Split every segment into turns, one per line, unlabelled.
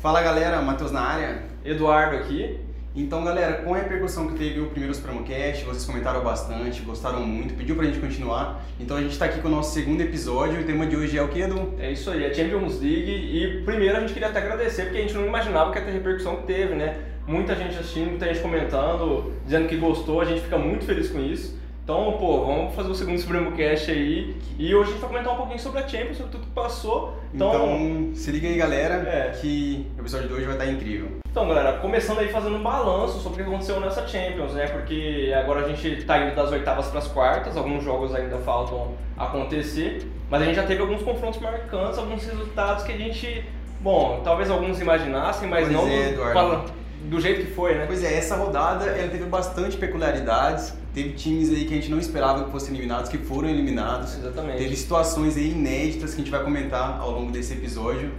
Fala galera, Matheus na área.
Eduardo aqui.
Então galera, com a repercussão que teve o primeiro Supremocast, vocês comentaram bastante, gostaram muito, pediu pra gente continuar. Então a gente tá aqui com o nosso segundo episódio e o tema de hoje é o que, Edu?
É isso aí, é Champions League. E primeiro a gente queria até agradecer, porque a gente não imaginava que ia ter a repercussão que teve, né? Muita gente assistindo, muita gente comentando, dizendo que gostou, a gente fica muito feliz com isso. Então, pô, vamos fazer o segundo Supremocast aí. E hoje a gente vai comentar um pouquinho sobre a Champions, sobre tudo que passou.
Então se liga aí galera,
É.
que o episódio de hoje vai estar incrível.
Então, galera, começando aí fazendo um balanço sobre o que aconteceu nessa Champions, né? Porque agora a gente tá indo das oitavas para as quartas, alguns jogos ainda faltam acontecer, mas a gente já teve alguns confrontos marcantes, alguns resultados que a gente, bom, talvez alguns imaginassem, mas
Pois
não
é,
do,
Eduardo.
fala- do jeito que foi, né?
Pois é, essa rodada ela teve bastante peculiaridades, teve times aí que a gente não esperava que fossem eliminados, que foram eliminados.
Exatamente.
é. Teve situações aí inéditas que a gente vai comentar ao longo desse episódio.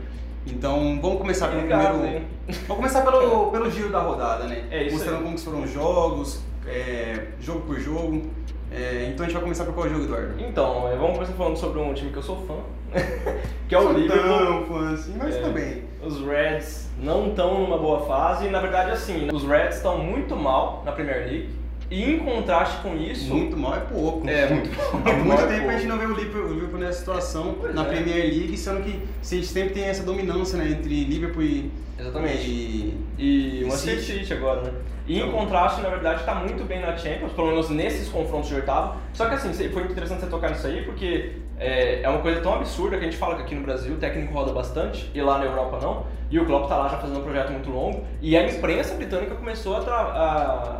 Então vamos começar pelo
Obrigado,
primeiro.
Tá hein?
Vamos começar pelo, pelo giro da rodada, né?
É isso
Mostrando como que foram os jogos, é, jogo por jogo. É, então a gente vai começar por qual jogo, Eduardo?
Então, eh, vamos começar falando sobre um time que eu sou fã, que é o Liverpool.
assim, mas
É.
também.
Os Reds não estão numa boa fase, e na verdade, assim, os Reds estão muito mal na Premier League, e em contraste com isso.
Muito mal é pouco.
É, muito
Há muito
mal é
tempo a
pouco.
gente não vê o Liverpool, o Liverpool nessa situação
Pois
na
é.
Premier League, sendo que se a gente sempre tem essa dominância né, entre Liverpool e.
Exatamente.
e-
E o Manchester
City.
City agora, né? E em
Então-
contraste, na verdade, está muito bem na Champions, pelo menos nesses confrontos de oitavo. Só que assim, foi interessante você tocar nisso aí, porque é, é uma coisa tão absurda que a gente fala que aqui no Brasil o técnico roda bastante, e lá na Europa não. E o Klopp tá lá já fazendo um projeto muito longo. E a imprensa britânica começou a, tra-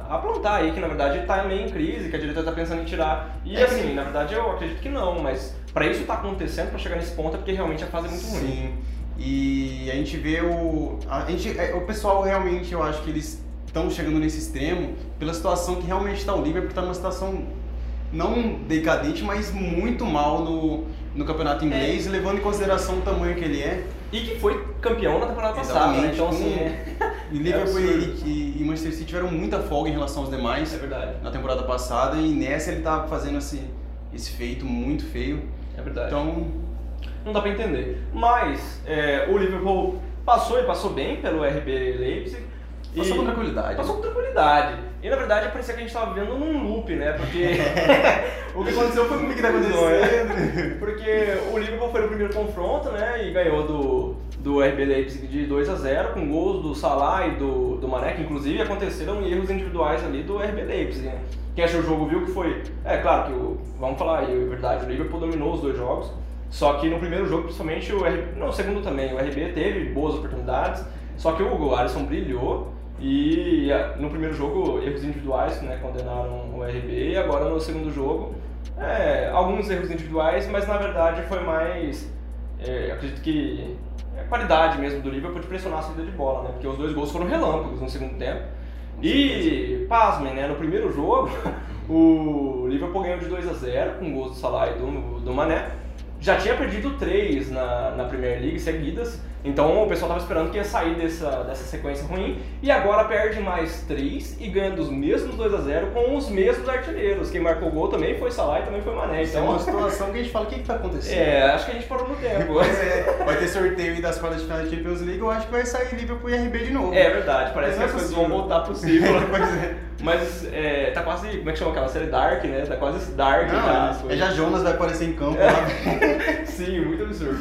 a, a plantar aí, que na verdade tá meio em crise, que a direita tá pensando em tirar. E
É que-
assim, na verdade eu acredito que não, mas pra isso tá acontecendo, pra chegar nesse ponto, é porque realmente a fase é muito ruim.
Sim. E a gente vê o. A gente, é, o pessoal realmente, eu acho que eles estão chegando nesse extremo pela situação que realmente está o Liverpool, está numa situação não decadente, mas muito mal no, no
É.
campeonato inglês, levando em consideração o tamanho que ele é.
E que foi campeão na temporada passada, né?
Exatamente,
Então assim,
com-
é-
E Liverpool
absurdo.
e, e- e Manchester City tiveram muita folga em relação aos demais
é verdade.
na temporada passada, e nessa ele tá fazendo esse, esse feito muito feio.
É verdade.
Então,
não dá pra entender. Mas é, o Liverpool passou e passou bem pelo RB Leipzig.
passou
e
com tranquilidade.
passou com tranquilidade. E na verdade parecia que a gente tava vivendo num loop, né? Porque o que aconteceu foi
O
muito
que tá
bizonho.
acontecendo?
Porque o Liverpool foi no primeiro confronto, né? E ganhou do, do RB Leipzig de 2 a 0 com gols do Salah e do, do Mané, que inclusive aconteceram erros individuais ali do RB Leipzig, né? Quem achou o jogo viu que foi. É claro que, o, vamos falar aí, é verdade, o Liverpool dominou os dois jogos. Só que no primeiro jogo, principalmente, o RB. Não, o segundo também, o RB teve boas oportunidades. Só que o Alisson brilhou. E é, no primeiro jogo, erros individuais, né? Condenaram o RB. E agora no segundo jogo, é, alguns erros individuais, mas na verdade foi mais. é, eu acredito que é, a qualidade mesmo do Liverpool de pressionar a saída de bola, né? Porque os dois gols foram relâmpagos no segundo tempo. E, pasmem, né? No primeiro jogo, o Liverpool ganhou de 2 a 0 com gols do Salah e do, do Mané. Já tinha perdido três na, na Premier League seguidas, então o pessoal tava esperando que ia sair dessa, dessa sequência ruim. E agora perde mais três e ganha dos mesmos 2 a 0 com os mesmos artilheiros. Quem marcou o gol também foi Salah e também foi Mané.
É uma
Então,
situação que a gente fala, o que, que tá acontecendo?
é, acho que a gente parou no tempo.
Pois é, vai ter sorteio aí das quartas de final da Champions League, eu acho que vai sair Liverpool e RB de novo.
É verdade, parece que as coisas vão voltar possível.
pois é.
Mas é, tá quase. Como é que chama aquela série Dark, né? Tá quase Dark já. as
Não, é
coisas.
já Jonas vai aparecer em campo lá.
Sim, muito absurdo.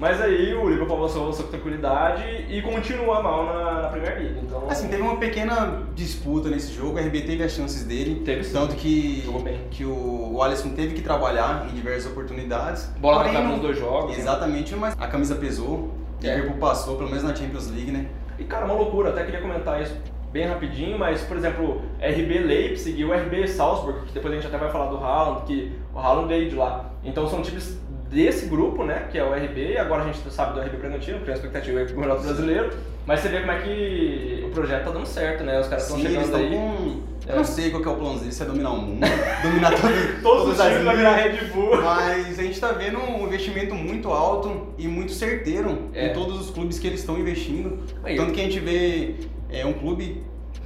Mas aí o Liverpool avançou, avançou com tranquilidade e continua mal na, na Premier League. Então,
Assim, teve uma pequena disputa nesse jogo, o RB teve as chances dele,
Teve sim.
tanto que,
Jogou bem.
que o, o Alisson teve que trabalhar em diversas oportunidades.
bola na
Porém,
capa
não-
nos dois jogos. né?
Exatamente, mas a camisa pesou, o
É.
Liverpool passou, pelo menos na Champions League, né?
E cara, uma loucura, até queria comentar isso bem rapidinho, mas por exemplo, RB Leipzig e o RB Salzburg, que depois a gente até vai falar do Haaland, que o Haaland veio de lá. Então são times desse grupo, né, que é o RB, e agora a gente sabe do RB Bragantino, porque a expectativa é pro Campeonato Brasileiro, mas você vê como é que o projeto tá dando certo, né, os caras estão
Sim, eles estão
chegando aí.
com... Eu
É.
não sei qual que é o plano deles, se é dominar o mundo, dominar todo,
Todos os
todas as
times vai virar Red Bull.
Mas a gente está vendo um investimento muito alto e muito certeiro
É.
em todos os clubes que eles estão investindo.
Aí,
Tanto que a gente vê é, um clube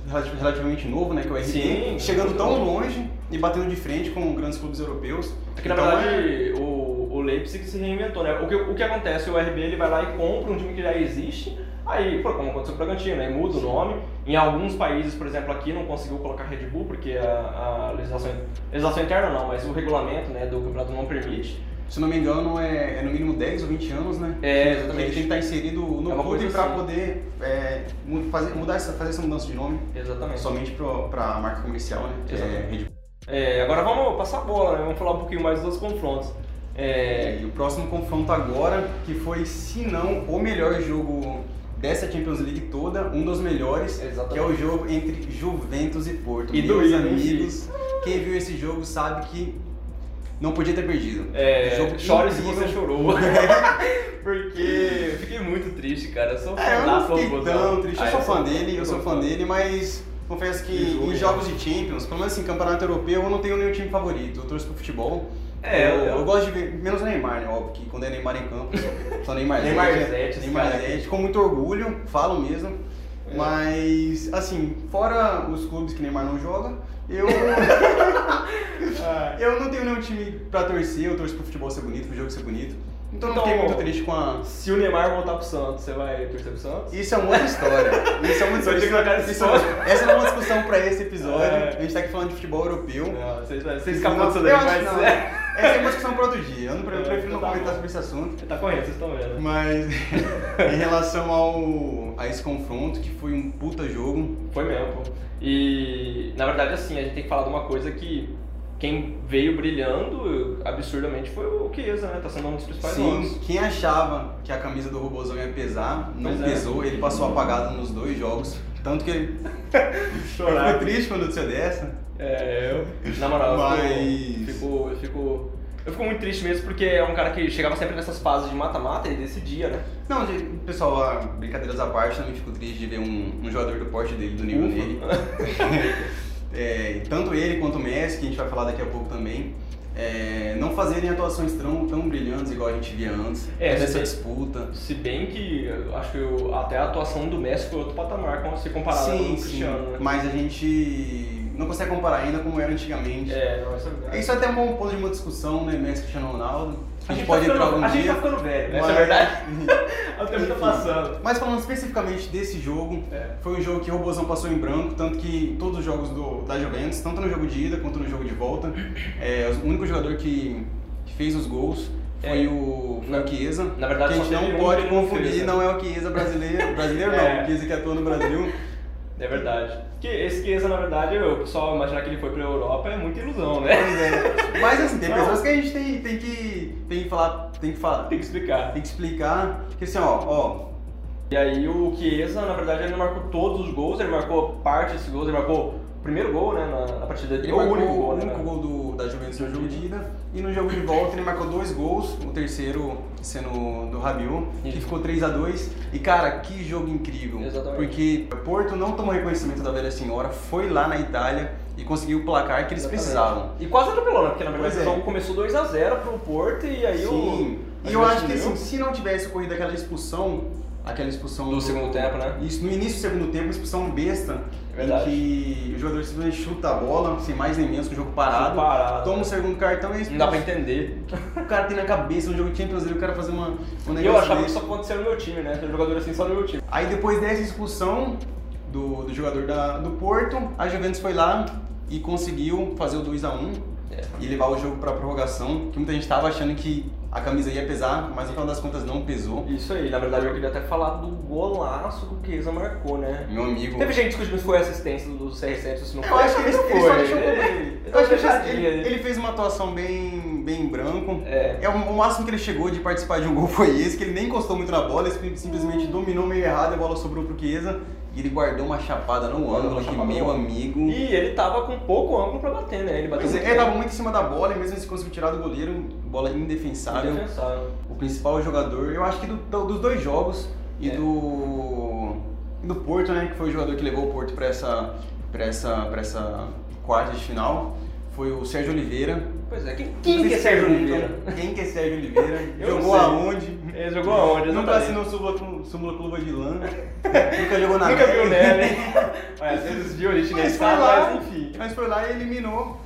relati- relativamente novo, né, que é o RB,
Sim,
chegando
muito
tão
novo.
longe e batendo de frente com grandes clubes europeus.
Porque na
Então, é-
verdade o, o Leipzig se reinventou, né? O que, o que acontece? O RB ele vai lá e compra um time que já existe, Aí, pô, como aconteceu com o Bragantino, aí muda o nome. Em alguns países, por exemplo, aqui não conseguiu colocar Red Bull, porque a, a legislação, legislação interna não, mas o regulamento né, do campeonato não permite.
Se não me engano, é, é no mínimo 10 ou 20 anos, né?
É,
Que Ele tem
exatamente.
que estar inserido no
É uma
clube
coisa
pra
assim.
poder é, mu- fazer, mudar essa, fazer essa mudança de nome.
Exatamente.
Somente pro, pra marca comercial, né? Que é
É. Exatamente.
Red Bull.
É, agora vamos passar a bola, né? Vamos falar um pouquinho mais dos confrontos. É,
E o próximo confronto agora, que foi, se não, o melhor jogo dessa Champions League toda, um dos melhores,
Exatamente.
que é o jogo entre Juventus e Porto.
E
Meus
doído, hein,
amigos, quem viu esse jogo sabe que não podia ter perdido.
é,
Jogo
chore se
incrível.
você chorou. Porque eu fiquei muito triste, cara. Eu sou fã
É, eu
da
não fiquei
Fórmula
tão
Bozão.
triste.
Ah,
Eu sou fã dele, eu sou fã dele, mas confesso que
Que jogo, é
em
hein?
jogos de Champions, pelo menos assim, campeonato europeu, eu não tenho nenhum time favorito. Eu torço pro futebol.
É,
eu,
eu-
eu gosto de ver, menos o Neymar, né? Óbvio que quando é Neymar em campo, só Neymar
Neymar
Zete,
Zete,
Neymar
esse cara.
Zete, com muito orgulho, falo mesmo.
É.
Mas, assim, fora os clubes que Neymar não joga, eu,
Ah,
eu não tenho nenhum time pra torcer. Eu torço pro futebol ser bonito, pro jogo ser bonito. Então, eu não
Então,
fiquei muito triste com a,
Se o Neymar voltar pro Santos, você vai torcer pro Santos?
Isso é uma outra história. Isso é uma
Eu tenho que colocar esse
Isso é uma- Essa não é uma discussão pra esse episódio.
É.
A gente tá aqui falando de futebol europeu.
Não, você, você
Não,
escapou disso daí,
eu acho
mas.
que não. Essa é uma discussão pra outro dia. Eu, não, pre-
É,
eu prefiro não
então tá
comentar
bom.
sobre esse assunto.
Tá correndo, vocês estão vendo.
Mas em relação ao, a esse confronto, que foi um puta jogo.
Foi mesmo. pô. E na verdade assim, a gente tem que falar de uma coisa que quem veio brilhando absurdamente foi o Chiesa, né? Tá sendo um dos principais nomes.
Sim, quem achava que a camisa do Robozão ia pesar, não
Pois é.
pesou. Ele passou apagado nos dois jogos. Tanto que ele ficou triste quando aconteceu dessa.
É, eu. Na moral, eu
Mas-
fico, eu fico. Eu fico muito triste mesmo porque é um cara que chegava sempre nessas fases de mata-mata e decidia, né?
Não, de- pessoal, ah, brincadeiras à parte, também fico triste de ver um, um jogador do porte dele, do nível
Ufa.
dele. É, tanto ele quanto o Messi, que a gente vai falar daqui a pouco também, é, não fazerem atuações tão, tão brilhantes igual a gente via antes,
É,
toda essa
sim.
disputa.
Se bem que eu acho que eu- até a atuação do Messi foi outro patamar com- se comparado com o Cristiano, né?
mas a gente não consegue comparar ainda como era antigamente.
É, não, isso é verdade.
Isso é até um bom ponto de uma discussão, né, Messi, Cristiano Ronaldo. A gente,
tá
pode
ficando-
entrar algum
A
dia.
gente tá ficando velho, né? Isso é
mas-
verdade. O tempo tá
Enfim.
passando.
Mas falando especificamente desse jogo,
É.
foi um jogo que o Robozão passou em branco, tanto que todos os jogos do, da Juventus, tanto no jogo de ida quanto no jogo de volta, é, o único jogador que, que fez os gols foi
É.
o, foi o Chiesa.
Na verdade,
que a
só
gente
teve
não
um
pode
que não
confundir,
fez, né?
não é o Chiesa brasileiro, brasileiro não,
É.
o Chiesa que atua no Brasil.
É verdade. Que esse Chiesa, na verdade, o pessoal imaginar que ele foi pra Europa é muita ilusão, né?
Pois é. Mas assim, tem
Não.
pessoas que a gente tem, tem que, tem que falar, tem que falar,
Tem que explicar.
tem que explicar, que assim, ó, ó,
E aí o Chiesa, na verdade, ele não marcou todos os gols, ele marcou parte desses gols, ele marcou o primeiro gol, né, na, na partida dele.
Ele
Ou
marcou
o único gol,
é o
né? é
único gol do- da Juventus no jogo de ida e no jogo de volta ele marcou dois gols, o terceiro sendo do Rabiot, que
Isso.
ficou 3 a 2 E cara, que jogo incrível!
Exatamente.
Porque o Porto não tomou reconhecimento da velha senhora, foi lá na Itália e conseguiu o placar que eles
Exatamente.
precisavam.
E quase atropelou, né? Porque na verdade
Pois é.
o jogo começou 2x0 pro Porto e aí
Sim.
o.
E eu
a
acho que
Juventus
assim,
ganhou
se não tivesse ocorrido aquela expulsão, aquela expulsão
No segundo tempo, né?
Isso, no início do segundo tempo, uma expulsão besta,
É verdade.
em que o jogador simplesmente chuta a bola, sem mais nem menos, com o jogo
Parado.
parado. Toma o segundo cartão e é
Não dá pra
expulso.
entender.
O cara tem na cabeça um jogo de Champions League, o cara fazer uma, um
E eu
negócio
achava que
desse.
isso acontecia no meu time, né? Tem jogador assim só no meu time.
Aí depois dessa expulsão do, do jogador da, do Porto, a Juventus foi lá e conseguiu fazer o 2x1
É.
e levar o jogo pra prorrogação, que muita gente tava achando que a camisa ia pesar, mas no final das contas não pesou.
Isso aí, na verdade eu queria até falar do golaço que o Chiesa marcou, né?
Meu amigo...
Teve gente discutindo se foi assistência do CR7 ou se não foi.
Hum. Eu acho que ele, ele
não
só deixou o gol dele.
Ele
Eu acho que
deixou
ele-
ele-
ele, ele fez uma atuação bem, bem em branco.
É.
É, o, o máximo que ele chegou de participar de um gol foi esse, que ele nem encostou muito na bola, ele sim-
Hum.
simplesmente dominou meio errado, a bola sobrou pro Chiesa e ele guardou uma chapada no
Guardou uma
ângulo que,
chapada
meu
no
amigo...
E ele tava com pouco ângulo pra bater, né? Ele bateu
Pois é,
muito
ele
bem.
tava muito em cima da bola e mesmo se conseguiu tirar do goleiro, bola indefensável.
Indefensável.
O principal jogador, eu acho que do- do- dos dois jogos e
É.
do e do Porto, né, que foi o jogador que levou o Porto pra essa para essa para essa quarta de final, foi o Sérgio Oliveira.
Pois é, quem, quem
Vocês
que é Sérgio
perguntam
Oliveira?
Quem que é Sérgio Oliveira?
Eu não
jogou
sei.
aonde?
Ele jogou aonde?
né? Nunca
Exatamente.
assinou o súmula, súmula Clube de Lã. Nunca jogou na
Nunca viu
América.
nele. Mas às vezes viu a gente
Mas
nesse
foi lá,
mas enfim.
mas foi lá e eliminou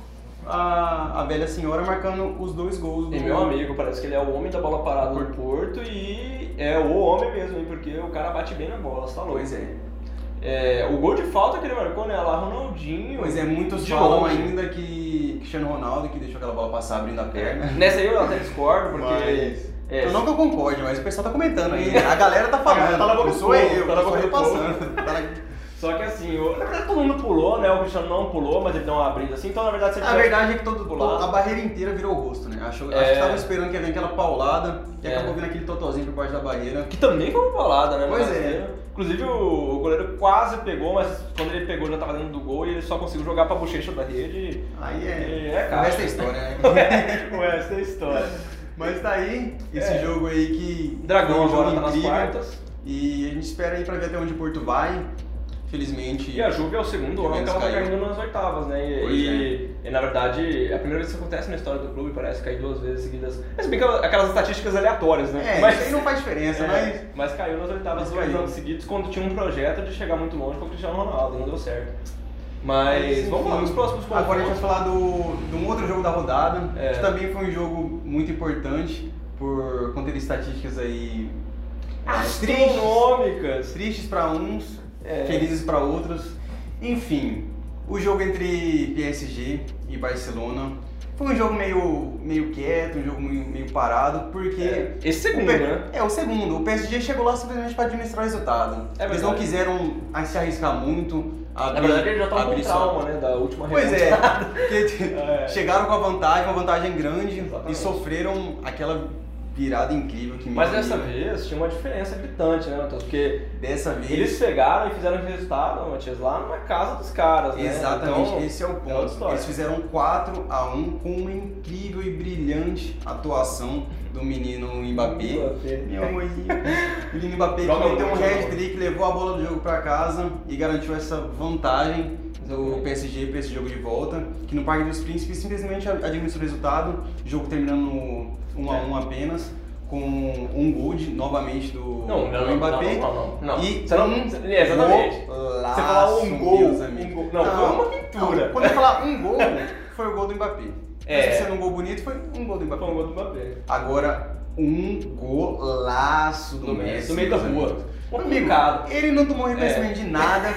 a, a velha senhora marcando os dois gols do
E meu amigo, parece que ele é o homem da bola parada do Porto e é o homem mesmo, hein? Porque o cara bate bem na bola, você tá louco.
Pois é.
É, o gol de falta que ele marcou, né? Lá, Ronaldinho.
Pois é, muitos
De
falam
longe.
ainda que Cristiano Ronaldo que deixou aquela bola passar abrindo a perna.
É. Nessa aí eu até discordo, porque.
É. Mas...
é,
Então não que eu concorde, mas o pessoal tá comentando aí. A galera tá
A
falando.
galera tá na boca do
sou
povo,
eu,
tá na
sou
boca
eu
do povo.
passando. Tá na-
Só que assim, o- na verdade todo mundo pulou, né? O Cristiano não pulou, mas ele deu uma brisa assim, então na verdade você
A verdade é que todo,
Pulado.
a barreira inteira virou o rosto, né? Achou, Acho
É.
que tava esperando que ia vir aquela paulada e
É.
acabou vindo aquele totozinho por baixo da barreira.
Que também foi uma bolada, né? no
Pois é.
brasileiro. Inclusive o, o goleiro quase pegou, mas quando ele pegou já tava dentro do gol e ele só conseguiu jogar pra bochecha da rede.
Aí
E
é.
é
o
cara.
resto é história, né?
Com
é
essa história.
Mas tá aí, esse
É.
jogo aí que.
Dragão
foi um jogo
agora tá nas
incrível.
quartas.
E a gente espera aí pra ver até onde o Porto vai. Felizmente.
E a Juve é o segundo ano que ela tá
Juventus caiu.
caindo nas oitavas, né? E,
Pois
e- e, na verdade é a primeira vez que isso acontece na história do clube, parece cair duas vezes seguidas. Mas bem que aquelas estatísticas aleatórias, né?
É,
mas
isso aí não faz diferença,
É,
mas.
mas... caiu nas oitavas
Mas
dois
caiu.
anos seguidos quando tinha um projeto de chegar muito longe com o Cristiano Ronaldo, e não deu certo. Mas vamos lá,
enfim,
nos próximos confrontos.
Agora a gente vai falar do, de um outro jogo da rodada,
É.
que também foi um jogo muito importante por conter estatísticas aí é,
Ah, astronômicas.
tristes pra uns,
É.
felizes pra outros. Enfim, o jogo entre PSG e Barcelona foi um jogo meio, meio quieto, um jogo meio, meio parado, porque
É, Esse
O
segundo,
P-
né?
É, o segundo. O PSG chegou lá simplesmente para administrar o resultado.
É
Eles não
verdade.
quiseram a- se arriscar muito.
Na
Abrir,
verdade ele já tá com
abrir sua-
trauma, né? Da última
Pois é,
remontada.
porque
É.
chegaram com a vantagem, uma vantagem grande,
Exatamente.
e sofreram aquela virada incrível que me
Mas dessa vez tinha uma diferença gritante, né, Matheus? Porque
Dessa vez,
eles pegaram e fizeram resultado, Matias, lá na casa dos caras, né?
exatamente,
Então,
esse é o
é outra
ponto.
história.
Eles fizeram 4 a 1 com uma incrível e brilhante atuação do menino Mbappé. Meu amorzinho. Então, O Lino Mbappé que
Joga
meteu um
muito,
hat
joga
trick, levou a bola do jogo pra casa e garantiu essa vantagem do
Exatamente.
PSG pra esse jogo de volta. Que no Parque dos Príncipes simplesmente administrou o resultado, o jogo terminando 1 a 1
É.
apenas, com um gol de- novamente do,
Não,
do
não, não,
Mbappé.
não, não, não, não.
E
Você não-
um
é, exatamente.
golaço,
Você falar um gol,
meus
um
amigos.
gol- não, foi uma pintura.
não, Quando eu falar um gol, foi o gol do Mbappé.
É.
Mas sendo um gol bonito, foi um gol do Mbappé.
Foi um gol do Mbappé.
Agora, um golaço do,
Do Messi,
Messi.
do meio da
meus
rua. Um
amigos.
Complicado.
Amigo, ele não tomou reconhecimento de nada,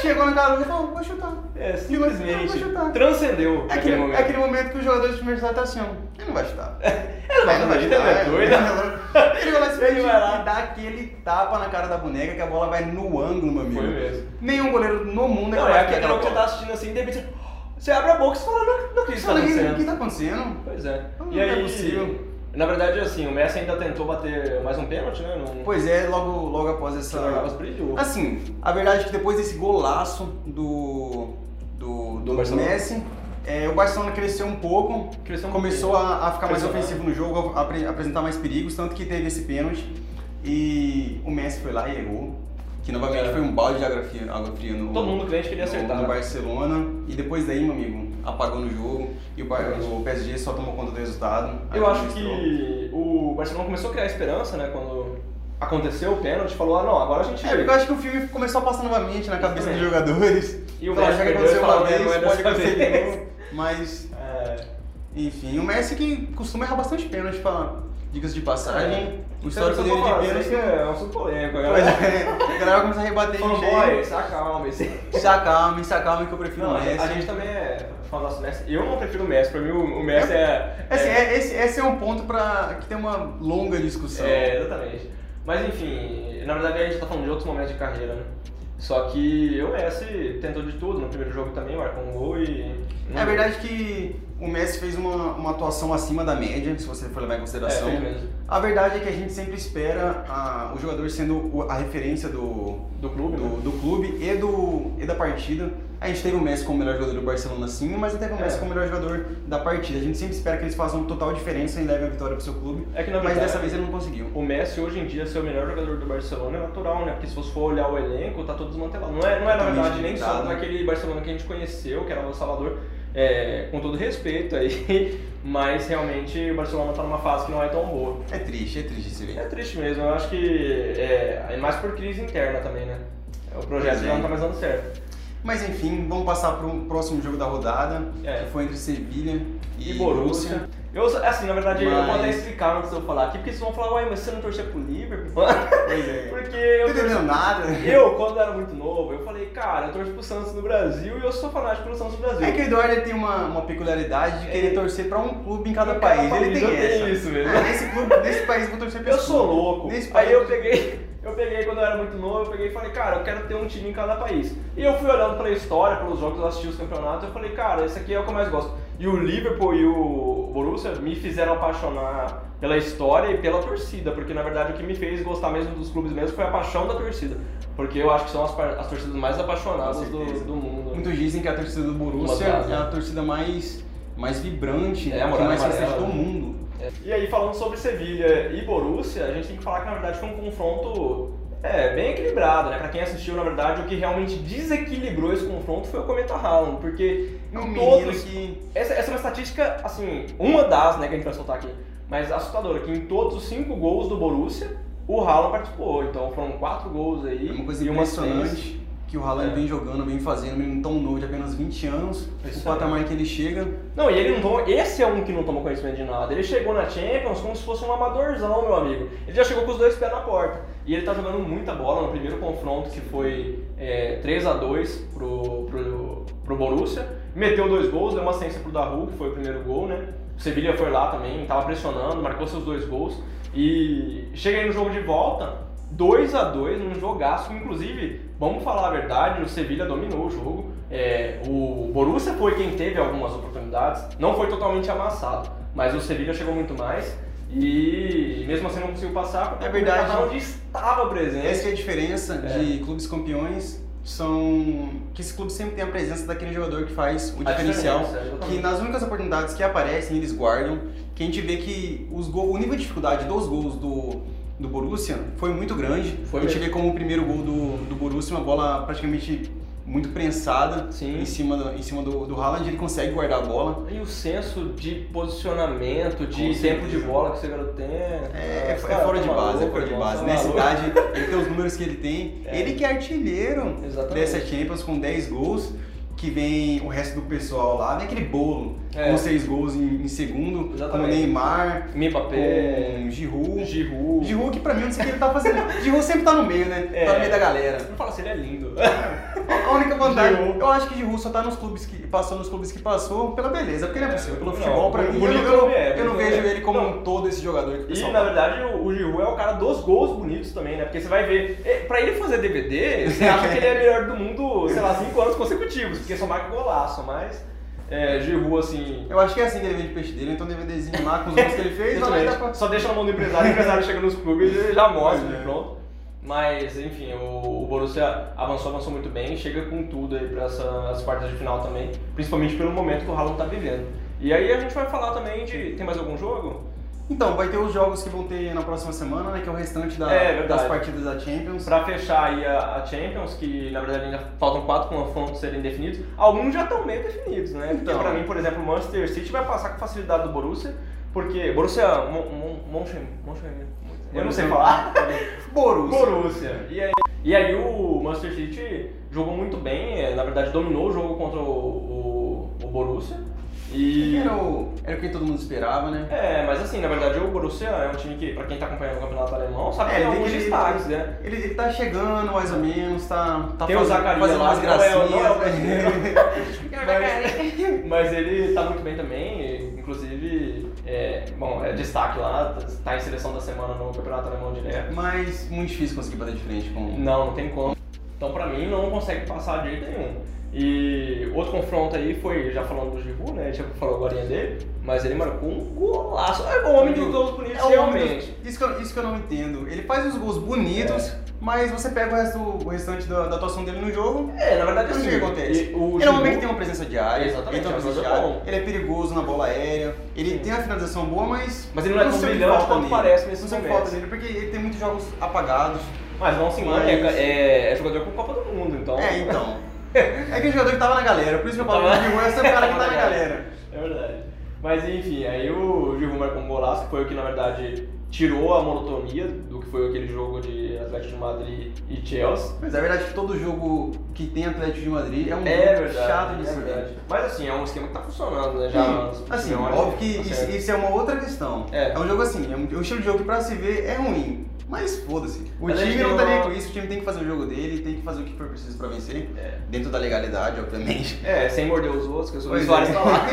chegou na cara e falou, vou chutar.
É,
Não, vou
simplesmente
chutar.
transcendeu
tá. É
aquele
aquele,
momento.
é aquele momento que o jogador de time tá assim, ó, ele não vai chutar.
Ele vai chutar, ele é doido.
Ele vai lá se
Ele vai lá.
e dá aquele tapa na cara da boneca que a bola vai no ângulo, meu amigo.
Foi mesmo.
Nenhum goleiro no mundo
Não,
vai
é
pegar
aquele jogo que você
bola.
tá assistindo assim, de repente você- você abre a boca e você fala, não, não acredito que isso tá
Olha, O que- o que
acontecendo.
tá acontecendo?
Pois é.
Não,
E
não é
aí,
possível.
na verdade, assim, o Messi ainda tentou bater mais um pênalti, né? Não
Pois é, logo, logo após essa...
jogava os brilhou.
Assim, a verdade é que depois desse golaço do, do, do,
Barcelona.
Messi, é, o Barcelona cresceu um pouco,
Cresceu um
começou
pouquinho.
a, a ficar mais
Cresceu, né?
ofensivo no jogo, a, apre- apresentar mais perigos, tanto que teve esse pênalti e o Messi foi lá e errou, que novamente
É.
foi um balde de água fria, água fria no,
Todo mundo crente que ele ia
no-
acertar. né?
no Barcelona. E depois daí, meu amigo, apagou no jogo e o, Bar- o PSG só tomou conta do resultado.
É Eu acho
administrou.
que o Barcelona começou a criar esperança, né? Quando aconteceu o pênalti, falou, ah, não, agora a gente...
É, porque eu acho que o filme começou a passar novamente na cabeça dos jogadores.
E o
Então,
Messi
já que
perdeu,
aconteceu
ele
uma
falou,
vez,
"Não é
pode
dessa
acontecer de
vez."
novo. Mas,
É,
enfim, o Messi que costuma errar bastante pênalti, pra, dicas de passagem. O
Então,
histórico
eu
dele
tô falando,
de
isso
pênalti.
aí é um assunto polêmico, a
Pois
galera. tá
é, a galera começa a rebater em
Falando,
cheio.
boy, se acalma, esse...
Se acalme, se acalme que eu prefiro
Não,
o
a gente-
Messi.
a gente também é fã do nosso Messi. Eu não prefiro o Messi, pra mim o o Messi é.
Assim, é- esse, esse é um ponto pra, que tem uma longa discussão.
é, exatamente. Mas enfim, na verdade a gente tá falando de outros momentos de carreira, né? Só que o Messi tentou de tudo no primeiro jogo também, marcou um gol e.
É
Hum.
a verdade que o Messi fez uma, uma atuação acima da média, se você for levar em consideração.
É, fez mesmo.
a verdade é que a gente sempre espera a- o jogador sendo o- a referência do,
Do clube, né?
do, do clube e, do, e da partida. A gente teve o Messi como melhor jogador do Barcelona sim, mas não teve o Messi
É.
como melhor jogador da partida. A gente sempre espera que eles façam total diferença e levem a vitória pro seu clube.
É que na
mas
verdade-
dessa vez ele não conseguiu.
O Messi hoje em dia ser o melhor jogador do Barcelona é natural, né? Porque se você for olhar o elenco, tá todo desmantelado. Não é, não é na
Totalmente
verdade nem só
limitado. né?
daquele Barcelona que a gente conheceu, que era o Salvador, é, com todo respeito aí, mas realmente o Barcelona tá numa fase que não é tão boa.
É triste, é triste esse ver.
É triste mesmo, eu acho que é, é mais por crise interna também, né? O projeto
Pois é.
já não tá mais dando certo.
Mas enfim, vamos passar para o próximo jogo da rodada,
É.
que foi entre Sevilha e,
E Borussia. Eu, sou- assim, na verdade, eu vou até
Mas-
explicar antes de eu falar aqui, porque vocês vão falar, ué, mas você não torcia pro Liverpool?
Pois é. Não
porque eu torci-
entendeu nada.
Eu, quando era muito novo, eu falei, cara, eu torço pro Santos no Brasil e eu sou fanático pelo Santos no Brasil.
É que o Eduardo tem uma, uma peculiaridade de querer
É.
torcer para um clube em cada
Em cada
país. Ele
país,
tem
eu tenho
essa.
isso mesmo.
Ah, nesse clube, nesse país eu vou torcer pra
Eu
esse
sou
clube.
louco.
Nesse país
Aí eu peguei, eu peguei quando eu era muito novo, eu peguei e falei, cara, eu quero ter um time em cada país. E eu fui olhando pela história, pelos jogos, eu assisti os campeonatos, eu falei, cara, esse aqui é o que eu mais gosto. E o Liverpool e o Borussia me fizeram apaixonar pela história e pela torcida, porque na verdade o que me fez gostar mesmo dos clubes mesmo foi a paixão da torcida. Porque eu acho que são as, par- as torcidas mais apaixonadas
Com
do,
certeza.
do mundo.
Muitos dizem que a torcida do Borussia
Uma das,
é a torcida mais, mais vibrante,
É, a
que
morada
mais
amarela,
recente do
né?
mundo.
E aí, falando sobre Sevilha e Borussia, a gente tem que falar que na verdade foi um confronto é, bem equilibrado, né? Pra quem assistiu, na verdade, o que realmente desequilibrou esse confronto foi o Cometa Haaland, porque
É um
em
menino
todos.
que
Essa, essa é uma estatística, assim, uma das, né, que a gente vai soltar aqui, mas assustadora, que em todos os cinco gols do Borussia, o Haaland participou. Então foram quatro gols aí.
é uma coisa
e uma assistência.
impressionante que o Haaland
É.
vem jogando, vem fazendo, um menino tão novo de apenas 20 anos,
Isso
o
aí.
patamar que ele chega.
Não, e ele não tomou. Esse é um que não tomou conhecimento de nada. Ele chegou na Champions como se fosse um amadorzão, meu amigo. Ele já chegou com os dois pés na porta. E ele tá jogando muita bola no primeiro confronto, que foi 3 a 2 pro, pro, pro Borussia. Meteu dois gols, deu uma assistência pro Daru, que foi o primeiro gol, né? O Sevilha foi lá também, tava pressionando, marcou seus dois gols. E chega aí no jogo de volta, 2 a 2 num jogaço. Inclusive, vamos falar a verdade, o Sevilha dominou o jogo. É, o Borussia foi quem teve algumas oportunidades, não foi totalmente amassado, mas o Sevilha chegou muito mais e mesmo assim não conseguiu passar porque
É verdade.
onde estava presente.
Essa que é a diferença
É.
de clubes campeões, são que esse clube sempre tem a presença daquele jogador que faz o
A
diferencial.
diferença,
que
exatamente.
nas únicas oportunidades que aparecem eles guardam, que a gente vê que os gol, o nível de dificuldade dos gols do, do Borussia foi muito grande.
Foi
a gente
mesmo.
vê como o primeiro gol do, do Borussia, uma bola praticamente muito prensada
Sim.
em cima, do, em cima do, do Haaland, ele consegue guardar a bola.
E o senso de posicionamento, de
Com
tempo de
certeza.
bola que o Segredo tem.
É, é,
Ah,
fo- é
cara,
fora
tá
de base, é
maluco,
fora de
irmão,
base.
tá
Nessa
maluco.
idade, ele tem os números que ele tem.
É.
Ele que é artilheiro
Exatamente.
dessa Champions com 10 gols, que vem o resto do pessoal lá, vem aquele bolo,
É.
com 6 gols em, em segundo, como
Exatamente. É.
Neymar,
Mbappé,
com Giroud.
Giroud.
Giroud que pra mim eu não sei o que ele tá fazendo. Giroud sempre tá no meio, né?
É.
Tá no meio da galera.
Não fala assim, ele é lindo.
A única vantagem,
Giroud.
eu acho que Giroud só tá nos clubes que passou nos clubes que passou pela beleza, porque não é possível. Pelo
Não,
futebol, pra mim, eu,
bonito
eu, não-
ele é,
eu não
bonito
vejo
ele é.
ele como
Não.
um todo esse jogador que o
E
pessoal
na verdade o, o Giroud é o cara dos gols bonitos também, né? Porque você vai ver. é, Pra ele fazer DVD, você acha que ele é melhor do mundo, sei lá, 5 anos consecutivos, porque só marca golaço, mas. É, Giroud, assim.
Eu acho que é assim que ele vende peixe dele, então um DVDzinho lá com os gols que ele fez, vai dar pra...
Só deixa na mão do empresário, o empresário chega nos clubes e já mostra,
Pois é.
pronto. Mas, enfim, o, o Borussia avançou, avançou muito bem, chega com tudo aí pra essas quartas de final também, principalmente pelo momento que o Haaland tá vivendo. E aí a gente vai falar também de. Tem mais algum jogo?
Então, vai ter os jogos que vão ter na próxima semana, né? Que é o restante da-
É, verdade.
das partidas da Champions.
Pra fechar aí a, a Champions, que na verdade ainda faltam quatro confrontos serem definidos, alguns já estão meio definidos, né? Porque
Então.
pra mim, por exemplo, o Manchester City vai passar com facilidade do Borussia, porque Borussia... Mon- Mon- Monchen- Monchen- Eu não sei falar.
Borussia.
Borussia. E aí, e aí o Manchester City jogou muito bem, é, na verdade dominou o jogo contra o, o, o Borussia. E...
Era o, era o que todo mundo esperava, né?
É, mas assim, na verdade o Borussia é um time que, pra quem tá acompanhando o campeonato alemão, sabe
É,
que tem
ele tem
alguns
que-
destaques, né?
Ele, ele tá chegando mais ou menos, tá, tá
Tem o Zacarias
fazendo
lá,
umas
que não é o-
gracinhas.
não é o
Mas-
Mas ele tá muito bem também, e, inclusive, é, bom, é destaque lá, tá em seleção da semana no Campeonato Alemão Direto.
Mas muito difícil conseguir bater de frente com...
Não, não tem como. Então, pra mim, não consegue passar de jeito nenhum. E outro confronto aí foi, já falando do Giroud, né, a gente já falou agora dele, mas ele marcou um golaço. É o homem dos gols bonitos,
o homem dos-
realmente. É.
Isso que, eu, isso que eu não entendo. Ele faz os gols bonitos, mas você pega o, resto, o restante da, da atuação dele no jogo,
É, na verdade,
Mas o
assim,
que acontece?
e
Ele é
o
um homem
Giroud-
que tem uma presença diária,
Exatamente,
ele tem uma
é um
presença
jogador
diária, ele é perigoso na bola aérea, ele
Sim.
tem uma finalização boa, mas.
Mas ele não é
eu
tão
sei o que
brilhante
falta
quanto
nele.
parece nesse
Não sei o que
momento.
falta nele, porque ele tem muitos jogos apagados.
Mas não se engane, é, é- é jogador com Copa do Mundo, então...
um É, então. É aquele jogador que tava na galera, por isso que eu falo
Tava-
que o West é o cara que tá na galera.
É verdade. Mas enfim, aí o Giroud marcou um golaço, que foi o que na verdade tirou a monotonia do que foi aquele jogo de Atlético de Madrid e Chelsea.
Mas é verdade que todo jogo que tem Atlético de Madrid é um
É
jogo
verdade.
chato de
é
se ver.
verdade. Mas assim, é um esquema que tá funcionando, né?
Sim,
Já há uns-
assim,
não, olha,
óbvio que
tá
isso,
certo.
isso é uma outra questão.
É.
um jogo assim, é um, é um estilo de jogo que pra se ver é ruim. Mas foda-se. O
Mas a
time
gente
não
tem
tá nem
uma-
com isso, o time tem que fazer o jogo dele, tem que fazer o que for preciso pra vencer.
É.
Dentro da legalidade, obviamente.
É, sem morder os outros, que eu sou o
Pois
Soares
é.
tá lá.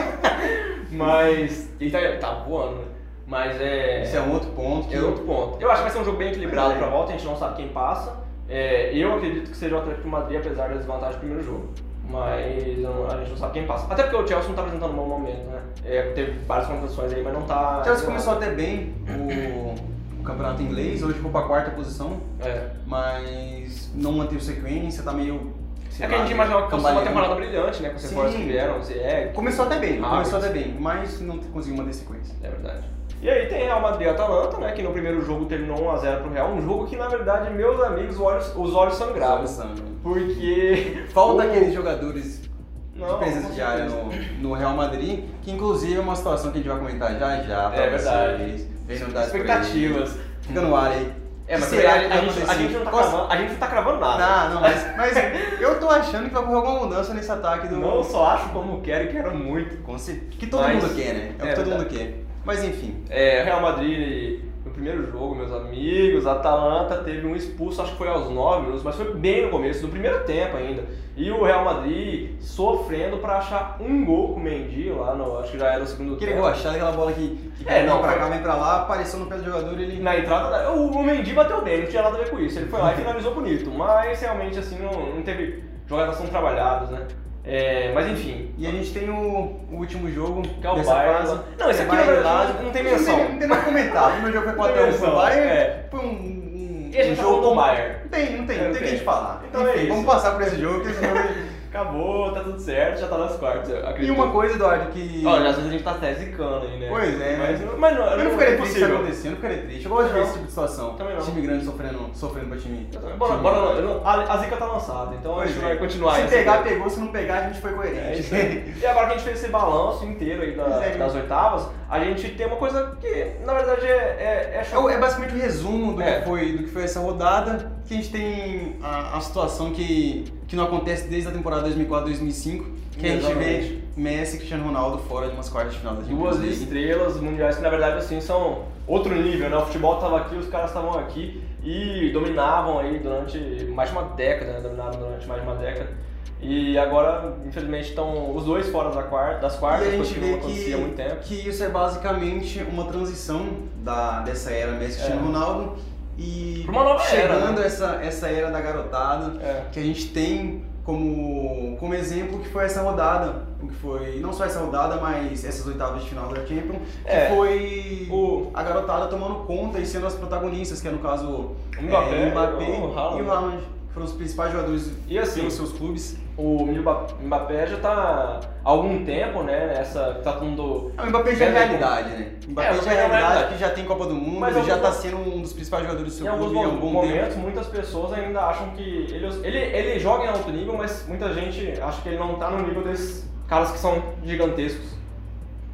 Mas. Ele tá, tá voando, né? Mas é.
Isso é um outro ponto. que-
É outro ponto. Eu acho que vai ser um jogo bem equilibrado
É.
pra volta, a gente não sabe quem passa. É, eu acredito que seja o Atlético de Madrid, apesar da desvantagem do primeiro jogo. Mas não- a gente não sabe quem passa. Até porque o Chelsea não tá apresentando um bom momento, né? É, teve várias contratações aí, mas não tá.
O Chelsea começou até bem o, o campeonato inglês, hoje ficou pra quarta posição,
É.
mas não manteve sequência, tá meio. sei
É que a
lá,
gente imaginava que fosse uma
cambaleando.
temporada brilhante, né? Com os reforços que
Sim.
vieram, se é,
Começou até bem,
Ah,
começou até bem, mas não conseguiu manter sequência.
É verdade. E aí tem Real Madrid e Atalanta, né? Que no primeiro jogo terminou 1x0 pro Real. Um jogo que, na verdade, meus amigos, os olhos, os olhos sangraram.
Sabe?
Porque.
Falta
o-
aqueles jogadores
Não,
de presença
com
diária
certeza.
no, no Real Madrid, que inclusive é uma situação que a gente vai comentar já já pra
É verdade.
vocês. Vem novidades por aí.
Expectativas.
Fica no ar aí.
É, mas
O que será
a,
que
gente-
vai
a gente, a
acontecer?
gente não tá
Nossa,
cravando, a gente não tá cravando nada.
Não, não, mas, mas eu tô achando que vai ocorrer alguma mudança nesse ataque do.
Não, eu só acho como quero e quero muito.
Com cer- Que todo
Mas-
mundo quer, né? É o que
é
todo
verdade.
mundo quer. Mas enfim,
É, Real Madrid no primeiro jogo, meus amigos, a Atalanta teve um expulso, acho que foi aos 9 minutos, mas foi bem no começo, no primeiro tempo ainda. E o Real Madrid sofrendo pra achar um gol com o Mendy lá, no, acho que já era o segundo
aquele
tempo.
gol achado, aquela bola que, que
É,
vem
não,
pra
foi-
cá, vem pra lá, apareceu no pé do jogador e
E
ele.
Na entrada, da- o, o Mendy bateu bem, não tinha nada a ver com isso. Ele foi lá e finalizou bonito, mas realmente assim, não, não teve jogadas tão trabalhadas, né? É, mas enfim,
E a gente tem o, o último jogo
que é o
dessa
Bayern.
fase.
Não, esse
É
aqui na
Bayern
verdade
lá.
não tem
Não
menção.
tem, não tem nada a comentar. O meu jogo foi
Não tem
4 a 1 pro
menção,
Bayern.
é.
Foi um, um,
E a gente
um
tá falando do Bayern.
Não tem, não tem,
É,
não tem o
não
que a
tem.
gente falar.
Então é
Enfim,
isso.
Vamos passar por esse jogo, que esse jogo. é-
Acabou, tá tudo certo, já tá nas quartas, eu acredito.
e uma coisa, Eduardo, que.
Olha, às vezes a gente tá até zicando aí, né?
Pois é,
Mas,
né?
não- mas não,
eu
não
não ficaria
é
triste se
possível.
acontecer, eu não ficaria triste. Eu gosto de ver
Não.
esse tipo de situação.
Também não.
Time grande sofrendo, sofrendo pra time.
Bora,
time
bora,
grande.
não, eu não- a, a zica tá lançada, então a
Pois
gente
é.
vai continuar.
Se
essa-
pegar, pegou. Se não pegar, a gente foi
É
coerente.
isso aí. E agora que a gente fez esse balanço inteiro aí da-
Pois é.
das oitavas, a gente tem uma coisa que, na verdade, é, é, é
É, o-
chocante.
é basicamente o resumo do,
É.
que foi, do que foi essa rodada, que a gente tem a, a situação que, que não acontece desde a temporada 2004-2005, que a gente vê
Exatamente.
Messi e Cristiano Ronaldo fora de umas quartas de final da Champions
Duas
League.
estrelas mundiais que, na verdade, assim, são outro nível, né? O futebol tava aqui, os caras estavam aqui e dominavam aí durante mais de uma década, né? Dominaram durante mais de uma década. E agora, infelizmente, estão os dois fora da quarta, das quartas,
e a gente
coisa que não
vê
acontecia há muito
que,
tempo.
que isso é basicamente uma transição da, dessa era Messi e Cristiano
É.
Ronaldo e
Pra uma nova era, né?
chegando essa, essa era da garotada,
É.
que a gente tem como, como exemplo que foi essa rodada, o que foi não só essa rodada, mas essas oitavas de final da Champions, que
É.
foi
O-
a garotada tomando conta e sendo as protagonistas, que é no caso
O Mbappé,
é, Mbappé
o Haaland.
e o Haaland, que foram os principais jogadores
E assim,
pelos seus clubes.
o Mba- Mbappé já tá há algum tempo, né? Essa, tá todo mundo
É, O Mbappé já é
É,
realidade, né? O Mbappé
é, o
já é
Mbappé é
realidade,
realidade.
que já tem Copa do Mundo,
Mas
já
algum-
tá sendo um dos principais jogadores do
Em
seu
alguns
clube há um bom
momentos,
tempo.
muitas pessoas ainda acham que ele, ele, ele joga em alto nível, mas muita gente acha que ele não tá no nível desses caras que são gigantescos.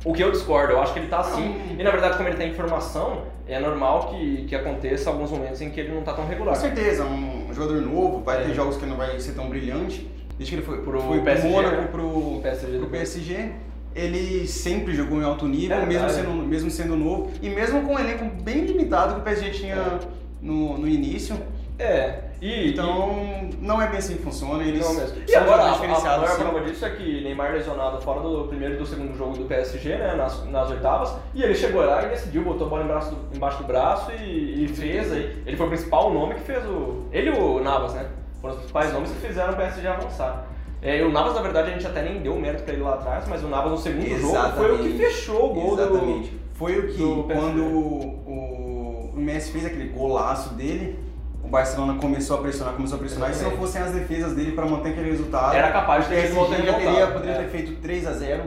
O que eu discordo, eu acho que ele tá assim. E na verdade, como ele tá em formação, é normal que, que aconteça alguns momentos em que ele não tá tão
Com
regular.
certeza, um jogador novo, vai
É.
ter jogos que não vai ser tão brilhante. Desde que ele foi
Pro
foi
PSG,
Mônaco,
né?
pro,
O PSG
pro PSG, ele sempre jogou em alto nível,
É
mesmo,
verdade.
sendo, mesmo sendo novo, e mesmo com um elenco bem limitado que o PSG tinha
É.
no, no início.
É. E,
Então, não é bem assim que funciona,
e,
eles
não
são
mesmo. e
jogadores
agora, a, a
diferenciados.
maior
sim.
prova disso é que Neymar lesionado fora do primeiro e do segundo jogo do PSG, né, nas, nas oitavas, e ele chegou lá e decidiu, botou a bola embaixo do, embaixo do braço e, e fez, aí, ele foi o principal nome que fez o... ele e o Navas, né, foram os principais nomes que fizeram o PSG avançar. É, e o Navas, na verdade, a gente até nem deu mérito pra ele lá atrás, mas o Navas no segundo jogo foi o
Exatamente.
que fechou o gol do...
Exatamente. Foi o que,
do PSG.
quando o, o Messi fez aquele golaço dele, o Barcelona começou a pressionar, começou a pressionar, e se não
Exatamente.
fossem as defesas dele para manter aquele resultado,
Era capaz
o
de ter
PSG
sido voltando
já teria,
voltado.
poderia
É.
ter feito 3x0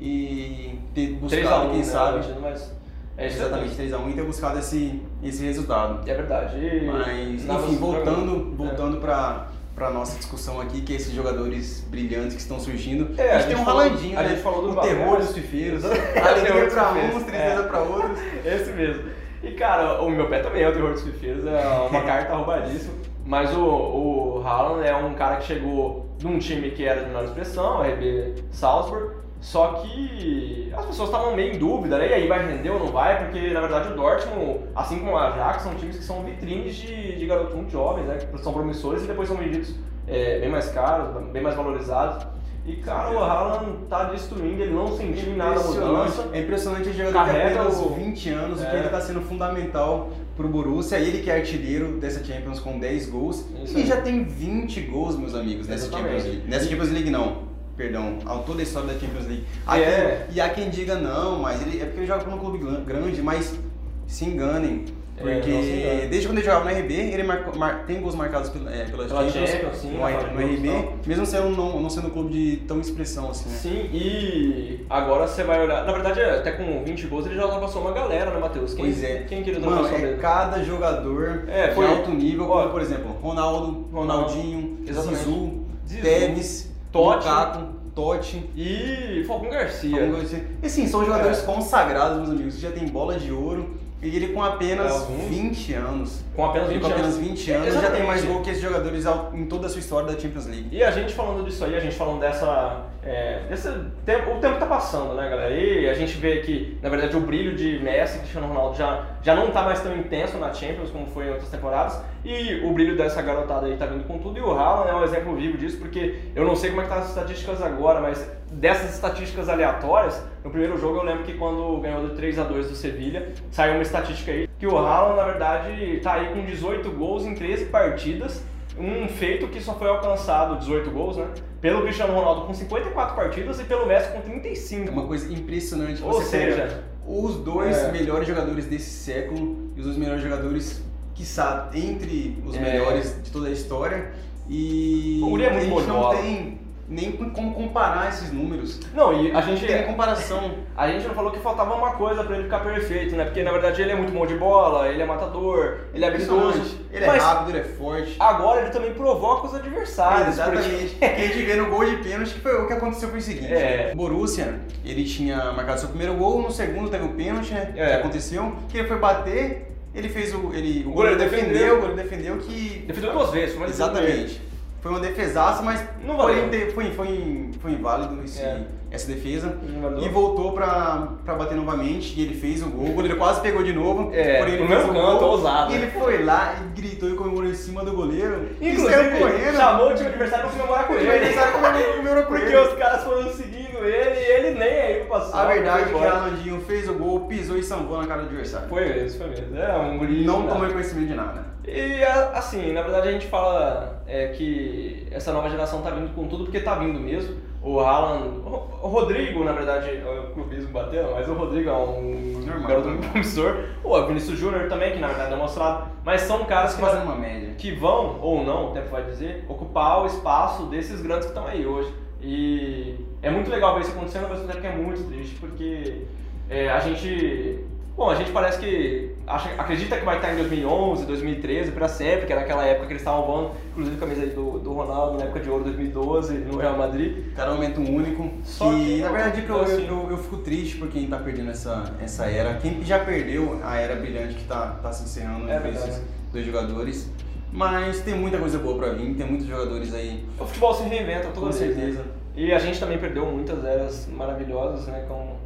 e ter
3
buscado,
a 1,
quem
né,
sabe,
Mas é isso
exatamente 3x1 e ter buscado esse, esse resultado.
É verdade. E
Mas,
Navas É.
enfim, voltando,
jogando.
voltando para para nossa discussão aqui, que esses jogadores brilhantes que estão surgindo.
É,
a
a
gente tem um
gente falou-
Ralandinho,
a
né?
gente falou do
o
Mbappé,
terror
mas-
dos fifeiros, É.
Exatamente.
alegria
Terror dos
para
fifeiros,
uns, tristeza para outros.
É. Esse mesmo. E cara, o meu pé também é o terror dos fifeiros, é uma carta roubadíssima. Mas o, o Haaland é um cara que chegou num time que era de menor expressão, o RB Salzburg, só que as pessoas estavam meio em dúvida, né? E aí vai render ou não vai, porque na verdade o Dortmund, assim como o Ajax, são times que são vitrines de, de garotos muito jovens, né? Que são promissores e depois são vendidos é, bem mais caros, bem mais valorizados. E cara, o Haaland tá destruindo, ele não sentiu em nada a mudança.
É impressionante ele jogador que tem
Carrega
apenas
o-
20 anos,
É.
o que ele tá sendo fundamental pro Borussia. Ele que é artilheiro dessa Champions com 10 gols.
Isso
e
aí.
já tem 20 gols, meus amigos, nessa
Exatamente.
Champions League. Nessa Champions League não. Perdão, ao toda a história da Champions League. Há
É.
quem- e há quem diga não, mas ele é porque ele joga pra um clube gran- grande, mas se enganem.
É,
Porque
não se enganem.
desde quando ele jogava no RB, ele marcou- mar- tem gols marcados pela, é, pela
Pela
Champions,
Champions, sim,
no,
na
R-
fase
no
de
RB,
grupos,
mesmo sendo, não, não sendo um clube de tão expressão assim, né?
Sim, e agora você vai olhar. Na verdade, é, até com 20 gols ele já ultrapassou uma galera, né, Matheus? Quem,
Pois é.
Quem que ele
Mano,
ultrapassou
é
mesmo?
cada jogador
É,
de
foi-
alto nível,
Ó,
como por exemplo, Ronaldo, Ronaldinho,
Exatamente.
Zizu,
Zizu,
Tevez,
Totti. é.
Lukaku, Totti.
E Falcão Garcia.
Paulo Garcia. E assim, são
É.
jogadores consagrados, meus amigos, que já tem bola de ouro. E ele com apenas
É, alguns.
20 anos.
Com apenas 20
com apenas
anos.
20 anos, já tem
Exatamente.
mais gol que esses jogadores ao- em toda a sua história da Champions League.
E a gente falando disso aí, a gente falando dessa. é, desse tempo, o tempo tá passando, né, galera? E a gente vê que, na verdade, o brilho de Messi e Cristiano Ronaldo já, já não tá mais tão intenso na Champions como foi em outras temporadas. E o brilho dessa garotada aí tá vindo com tudo. E o Haaland é um exemplo vivo disso, porque eu não sei como é que tá as estatísticas agora, mas dessas estatísticas aleatórias, no primeiro jogo eu lembro que quando ganhou de 3 a 2 do Sevilha, saiu uma estatística aí que o Haaland, na verdade, tá aí com 18 gols em 13 partidas. Um feito que só foi alcançado, 18 gols, né? Pelo Cristiano Ronaldo com 54 partidas e pelo Messi com
É
35.
uma coisa impressionante.
Ou
Você né? pega
seja,
os dois
É.
melhores jogadores desse século e os dois melhores jogadores, quiçá, entre os
É.
melhores de toda a história. E
O Uri é muito
a gente
bom de
não
bola.
tem nem como comparar esses números.
não, e a
Não
gente
tem comparação.
A gente não falou que faltava uma coisa pra ele ficar perfeito, né? Porque na verdade ele é muito bom de bola, ele é matador, ele é habilidoso.
Ele é
mas Ah,
rápido, ele é forte. é
agora ele também provoca os adversários. porque-
Exatamente. Que a gente vê no gol de pênalti que foi o que aconteceu foi o seguinte.
É.
O Borussia, ele tinha marcado seu primeiro gol, no segundo teve o pênalti, né?
É.
Que aconteceu. Que ele foi bater, ele fez o. Ele, o
O goleiro defendeu.
o goleiro defendeu que.
Defendeu duas vezes, mas
Exatamente. Foi uma defesaça, mas
Não
foi,
valeu.
inte- foi, foi, foi inválido esse-
É.
essa defesa.
Não valeu.
E voltou pra, pra bater novamente e ele fez o gol. O goleiro quase pegou de novo.
É,
porém ele
no mesmo
fez o
canto,
gol.
ousado.
E ele foi lá e gritou e comemorou em cima do goleiro. e saiu
Inclusive,
correndo.
chamou o time adversário pra comemorar com
O time
ele.
adversário comemorou- comemorou com
Porque
ele.
os caras foram seguindo ele e ele nem aí passou.
A verdade é que o
foi embora.
Arlandinho fez o gol, pisou e sambou na cara do adversário.
Foi mesmo, foi mesmo. É um guri.
Não
né?
tomou conhecimento de nada.
E a- assim, na verdade a gente fala é, que essa nova geração tá vindo com tudo porque tá vindo mesmo. O Haaland, o o Rodrigo, na verdade, é o clubismo bateu, mas o Rodrigo é um
Normal.
garoto muito promissor. O Vinícius Júnior também, que na verdade é mostrado. Mas são caras que,
Fazendo uma média.
que vão, ou não, o tempo vai dizer, ocupar o espaço desses grandes que estão aí hoje. E é muito legal ver isso acontecendo, mas ao mesmo tempo que é muito triste, porque é, a gente. Bom, a gente parece que acha- acredita que vai estar em 2011, 2013, pra sempre, que era aquela época que eles estavam voando, inclusive a camisa aí do, do Ronaldo na época de ouro 2012 no Real Madrid.
Cada é um momento único.
Só
e
que-
na verdade eu,
assim-
eu, eu fico triste por quem tá perdendo essa, essa era. Quem já perdeu a era brilhante que tá, tá se encerrando
É
entre
verdade.
esses dois jogadores. Mas tem muita coisa boa pra vir, tem muitos jogadores aí.
O futebol se reinventa toda
Com
vez, né?
certeza.
E a gente também perdeu muitas eras maravilhosas, né? Com...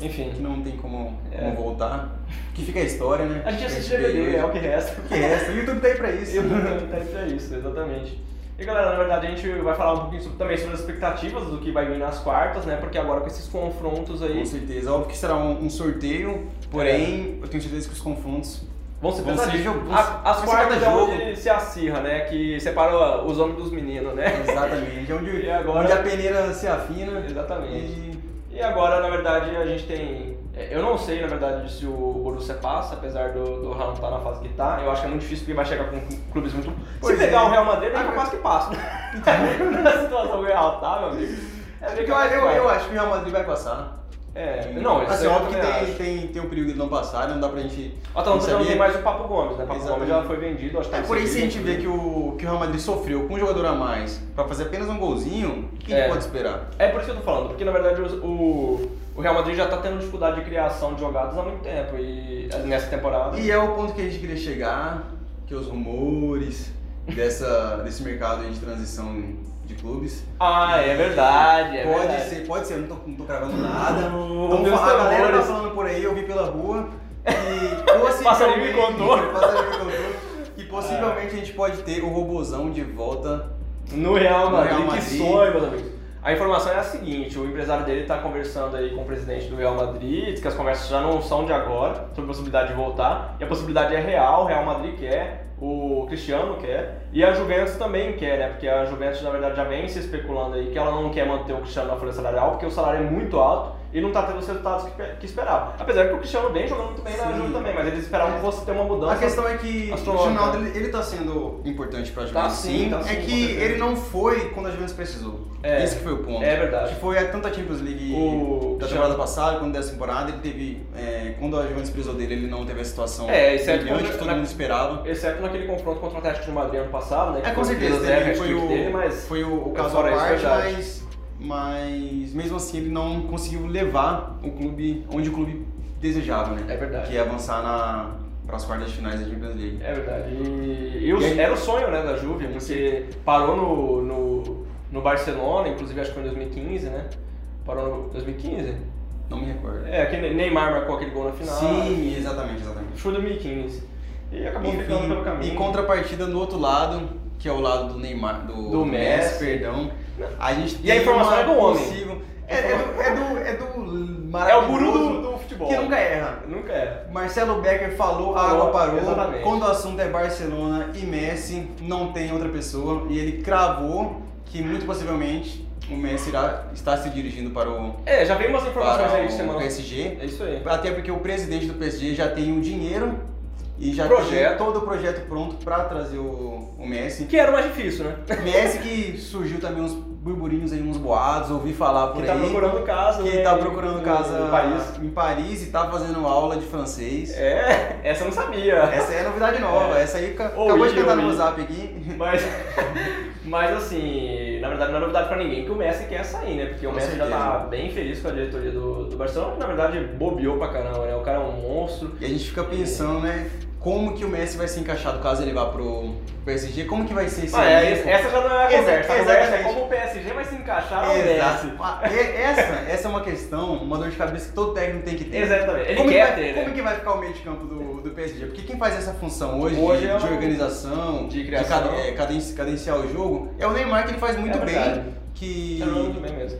Enfim.
Que não tem como,
É.
como voltar. Que fica a história, né?
A gente assiste
vê
DVD,
hoje.
é o que resta.
O que resta. O YouTube tá aí pra isso.
Exatamente, é isso, exatamente. E galera, na verdade a gente vai falar um pouquinho sobre- também sobre as expectativas do que vai vir nas quartas, né? Porque agora com esses confrontos aí
Com certeza. Óbvio que será um, um sorteio, porém, eu tenho certeza que os confrontos
vão ser
Vão ser
pesadíssimos.
jogo-
A- As
vai ser
quartas
cada
é
jogo.
onde se acirra, né? Que separa os homens dos meninos, né?
Exatamente. É onde,
E agora-
onde a peneira se afina.
Exatamente.
E
E agora, na verdade, a gente tem. é, Eu não sei, na verdade, se o Borussia passa, apesar do, do Haaland estar na fase que tá. Eu acho que é muito difícil porque vai chegar com clubes muito.
Pois
se
é.
pegar o Real Madrid, é
Agora-
capaz que passa. na situação real, tá, meu amigo? É bem
eu,
capaz que
eu,
vai.
eu acho que o Real Madrid vai passar. né?
É, não, isso
assim,
é
óbvio que tem, tem, tem o período de não passar, né? não dá pra gente.
O Atalanta já tá, não
saber.
tem mais o Papo Gomes, né? O Papo
Exatamente.
Gomes já foi vendido, acho que
É,
tá
porém, se a gente
vendido.
vê que o, que o Real Madrid sofreu com um jogador a mais pra fazer apenas um golzinho, o que a gente
É.
pode esperar?
É por isso que eu tô falando, porque na verdade os- o, o, o Real Madrid já está tendo dificuldade de criação de jogadas há muito tempo e nessa temporada.
E é o ponto que a gente queria chegar, que os rumores dessa, desse mercado aí de transição de clubes.
Ah, é verdade, é
pode
verdade.
ser, pode ser, eu não tô, não tô cravando nada.
Não,
Então,
meus
a galera tá
temores.
falando por aí, eu vi pela rua. E possivelmente.
Passarinho me contou.
passarinho me contou. Que possivelmente a gente pode ter o robozão de volta.
No Real
No
Madrid,
Real
que
Madrid.
sonho, meus amigos. A informação é a seguinte, o empresário dele está conversando aí com o presidente do Real Madrid, diz que as conversas já não são de agora, sobre a possibilidade de voltar, e a possibilidade é real, o Real Madrid quer, o Cristiano quer, e a Juventus também quer, né, porque a Juventus na verdade já vem se especulando aí que ela não quer manter o Cristiano na folha salarial, porque o salário é muito alto e não está tendo os resultados que, que esperava. Apesar que o Cristiano vem jogando muito bem na
Sim.
Juventus também, mas eles esperavam que fosse ter uma mudança.
A questão é que o
astronauta.
Ronaldo ele, ele tá sendo importante pra
Tá
Juventus.
sim, tá sim,
é
com
que
certeza.
ele não foi quando a Juventus precisou.
É.
Esse que foi o ponto.
É verdade.
Que foi a- tanto a Champions League
O-
da temporada passada, quando dessa temporada, ele teve. é, quando a Juventus precisou dele, ele não teve a situação
É, isso é
brilhante
contra-
que todo
na-
mundo esperava.
Exceto naquele confronto contra o Atlético de Madrid ano passado, né? que
É, com
foi
certeza,
0
teve- foi,
hat-trick
o,
dele, mas
foi o, o
é
caso
fora
à
isso,
parte,
verdade.
mas, mas mesmo assim ele não conseguiu levar o clube onde o clube desejava, né?
É verdade.
Que é avançar na, para as quartas de finais da Champions League.
É verdade. E, e o-
E aí-
era o sonho né, da Juve, porque parou no, no, no Barcelona, inclusive acho que foi em 2015, né? Parou no 2015?
Não me recordo.
É, que Ne- Neymar marcou aquele gol na final.
Sim, exatamente, exatamente.
Foi 2015. E acabou ficando pelo
Enfim,
caminho.
em contrapartida no outro lado, que é o lado do Neymar, do,
Do Messi.
perdão. A gente
E a
tem
informação
uma
é do homem.
possível- É, é do, é do, é do
É o guru do,
maravilhoso
do futebol.
que nunca erra.
Nunca é.
Marcelo Becker falou, a água parou.
Exatamente.
Quando o assunto é Barcelona e Messi, não tem outra pessoa. E ele cravou que muito possivelmente o Messi irá estar se dirigindo para o,
É, já veio umas informações
para
aí de
o
semana.
PSG.
É isso aí.
Até porque o presidente do PSG já tem o dinheiro e já
Projeto.
tem todo o projeto pronto para trazer o, o Messi.
Que era o mais difícil, né?
Messi que surgiu também uns burburinhos aí, uns boatos, ouvi falar por
Que
aí.
tá procurando casa.
que
né,
tá
em-
procurando casa
em Paris.
em Paris e tá fazendo aula de francês.
É, essa eu não sabia.
Essa é a novidade nova, essa aí ca-
Ou
acabou de
ir,
cantar
ou
no
ir.
WhatsApp aqui.
Mas, mas assim, na verdade não é novidade pra ninguém que o Messi quer sair, né? Porque o
Com
Messi já
certeza.
tá bem feliz com a diretoria do, do Barcelona, que na verdade bobeou pra caramba, né? O cara é um monstro.
E a gente fica pensando, né, como que o Messi vai ser encaixado caso ele vá pro PSG, como que vai ser esse
Ah, é,
elenco?
essa já não é a conversa. A
Exa-
conversa é
exatamente.
como o PSG vai se encaixar ao
Exato.
Messi.
Ah, e- Essa, essa é uma questão, uma dor de cabeça que todo técnico tem que ter.
Exatamente. Ele
como
quer
que vai,
ter,
Como
né?
que vai ficar o meio de campo do, do PSG? Porque quem faz essa função hoje,
Hoje
de,
é
de
o-
organização,
de criação.
cade- é, caden- cadenciar o jogo, é o Neymar que ele faz muito
É verdade.
bem. Que,
Tá jogando bem mesmo.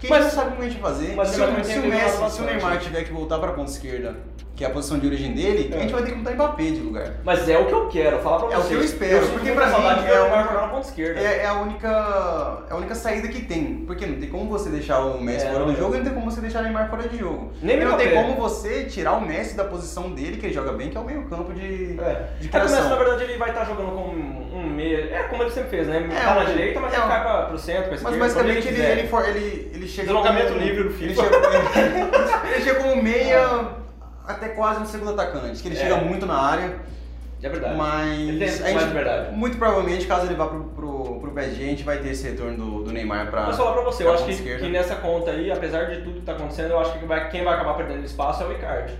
que
Mas-
mas, não sabe como a gente fazer.
mas
se,
eu
o-
também
se
tenho
o Messi,
pensado
se o
bastante.
Neymar tiver que voltar pra ponta esquerda, que é a posição de origem dele,
É.
a gente vai ter que botar Mbappé de lugar.
Mas é o que eu quero, falar pra
É o
vocês.
que eu espero,
sinto
porque
muita
pra
saudade
mim
de ver
é
o
uma-
Neymar jogar na ponta esquerda.
É, é a única, é a única saída que tem. Porque não tem como você deixar o Messi
É,
fora
não
do
é.
jogo e não tem como você deixar o Neymar fora de jogo.
Nem
E não tem
Mbappé.
como você tirar o Messi da posição dele, que ele joga bem, que é o meio-campo de,
É.
de
É que o Messi, na
criação.
verdade, ele vai estar jogando como um um meia. É como ele sempre fez, né?
É,
tá na
um-
direita, mas
é
ele
um-
cai pra, pro centro, pra
Mas
esquerda.
basicamente
pra
ele,
onde quiser.
ele, for- ele, ele chega.
Deslocamento
como,
livre do
Ele
FIFA.
chega, ele, ele chega como meia até quase no segundo atacante, que ele
É.
chega muito na área.
É verdade.
Mas
Ele tem
a
mais
gente-
liberdade.
muito provavelmente, caso ele vá pro, pro, pro PSG, a gente vai ter esse retorno do, do Neymar pra.
Mas falar pra você,
pra
eu acho
ponta
que,
esquerda.
que nessa conta aí, apesar de tudo que tá acontecendo, eu acho que vai- quem vai acabar perdendo espaço é o Icardi.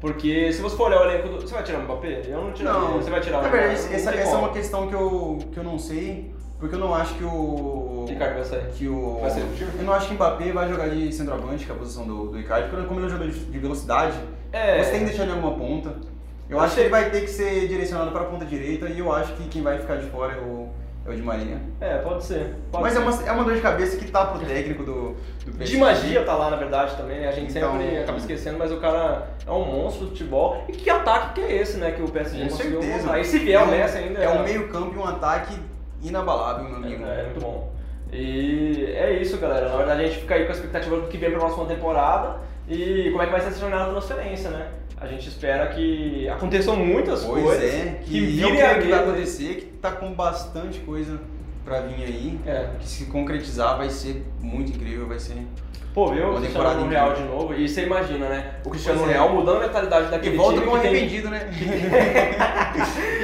Porque se você for olhar o elenco do. Você vai tirar o Mbappé? Eu não tiraria.
Não,
Você vai tirar o
na
Neymar?
verdade,
Não
essa,
tem
essa é
como.
uma questão que eu, que eu não sei, porque eu não acho que o.
O Icardi vai sair.
Que o.
Vai ser titular?
eu não acho que o Mbappé vai jogar de centroavante, que é a posição do, do Icardi, porque como ele é um jogador de, de velocidade,
É.
você tem que deixar ele em alguma ponta. Eu acho que ele vai ter que ser direcionado pra ponta direita e eu acho que quem vai ficar de fora é o, é o Di Maria.
É, pode ser. Pode
Mas
ser.
é uma, é uma dor de cabeça que tá pro técnico do, do PSG.
De magia tá lá, na verdade, também, né? A gente
Então-
sempre acaba esquecendo, mas o cara é um monstro do futebol. E que ataque que é esse, né? Que o PSG
Com
conseguiu
certeza.
montar. E se vier
É
o
um-
Messi ainda.
É um meio-campo e um ataque inabalável, meu amigo.
É, é muito bom. E é isso, galera. Na verdade, a gente fica aí com a expectativa do que vem pra próxima temporada e como é que vai ser essa jornada da transferência, né? A gente espera que aconteçam muitas
Pois
coisas.
é, que,
virem
eu
a
creio que
mesa.
vai acontecer, que tá com bastante coisa pra vir aí.
É.
Que se concretizar vai ser muito incrível, vai ser.
Pô, viu? O
Uma
Cristiano
temporada
no
inteira.
Real de novo. E você imagina, né? O Cristiano
Pois é.
Real mudando a mentalidade daquele
E volta
time
com
que tem-
arrependido, né?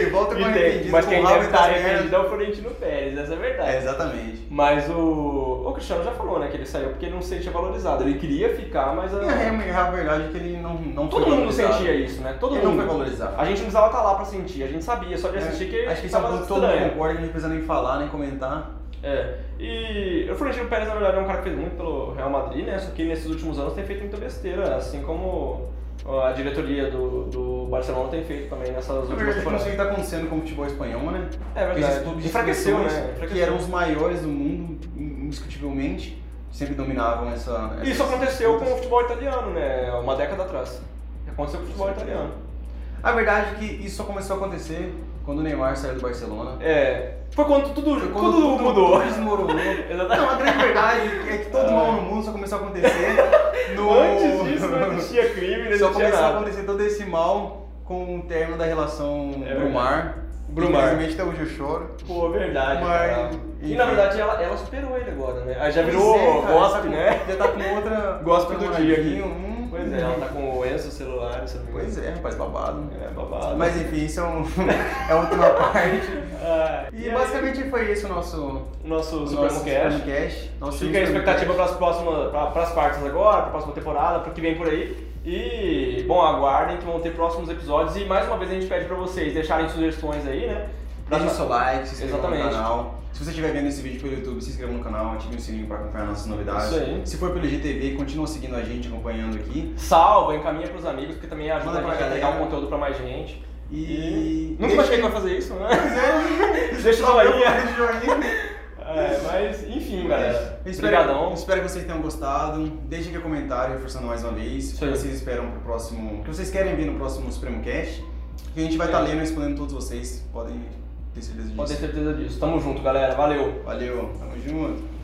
e volta
que
com
tem-
arrependido,
Mas
com
quem
rabo
deve tá é
entre as
estar
pernas.
arrependido é o Florentino Pérez, essa é a verdade.
É, exatamente.
é Mas o, o Cristiano já falou, né? Que ele saiu porque ele não se sentia valorizado. Ele queria ficar, mas.
E
ah,
a, re- a verdade é que ele não, não
Todo
foi
mundo
valorizado.
sentia isso, né? Todo
Ele
mundo.
não foi valorizado.
A gente não precisava estar lá pra sentir, a gente sabia, só de assistir que.
Acho que isso é um
tava
ponto que todo
estranho.
mundo concorda, que a gente não precisa nem falar, nem comentar.
É. E o Florentino Pérez, na verdade, é um cara que fez muito pelo Real Madrid, né? Só que nesses últimos anos tem feito muita besteira, assim como a diretoria do, do Barcelona tem feito também nessas
Na
últimas
verdade, eu não sei Tipo, o
temporadas.
que está acontecendo com o futebol espanhol, né?
É
Porque
verdade.
Esses clubes de
Enfraqueceu,
seleções,
né? Enfraqueceu.
que eram os maiores do mundo, indiscutivelmente, sempre dominavam essa...
Isso
essas
aconteceu com
disputas.
o futebol italiano, né? Uma década atrás. Aconteceu com o futebol italiano.
A verdade é que isso só começou a acontecer quando o Neymar saiu do Barcelona.
É. Foi quando tudo,
Foi
tudo
tudo-
mudou.
tudo desmoronou.
Exatamente.
Não, a grande verdade é que todo mal no mundo só começou a acontecer no...
Antes disso né? não existia crime, não
Só
existia
começou a
nada.
acontecer todo esse mal com o término da relação
É
Brumar.
Brumar.
Infelizmente até hoje eu choro.
Pô, verdade.
Mas,
cara. E
enfim.
na verdade ela, ela superou ele agora, né? Aí já
Pois
virou
é, cara,
gospel,
tá com-
né?
Já tá com outra.
Gospel
outra
do dia aqui.
moradinha, hum.
Pois é, ela tá com o Enzo celular, se eu não me engano.
Pois é, rapaz, babado.
É, babado.
Mas enfim, isso é, um, é outra parte.
Ah,
E
aí,
basicamente foi esse o nosso,
o nosso
o
Supremo
nosso
Cash.
Supremocast. Nosso
Fica a expectativa
Supremocast.
para as próximas, para as partes agora, para a próxima temporada, para o que vem por aí. E, bom, aguardem que vão ter próximos episódios. E mais uma vez a gente pede para vocês deixarem sugestões aí, né? Pra-
Deixe o seu like, se inscreva
Exatamente.
no canal. Se você estiver vendo esse vídeo pelo YouTube, se inscreva no canal, ative o sininho para acompanhar nossas novidades.
Isso aí.
Se for pelo GTV, continua seguindo a gente, acompanhando aqui.
Salva, encaminha pros amigos, que também ajuda
Manda
a
pra
gente a
galera.
entregar o conteúdo pra mais gente.
E. deixa-
Nunca imaginei que vai fazer isso, né?
Deixa o
joinha.
joinha.
É, mas enfim, galera.
Eu Espero,
Obrigadão.
espero que vocês tenham gostado. Deixem aqui o comentário, reforçando mais uma vez. O
Isso
que
aí.
vocês esperam pro próximo. O que vocês querem ver no próximo Supremo Cash. Que a gente vai
É.
estar lendo e respondendo todos vocês. Podem ter certeza disso.
Pode ter certeza disso. Tamo junto, galera. Valeu.
Valeu, tamo junto.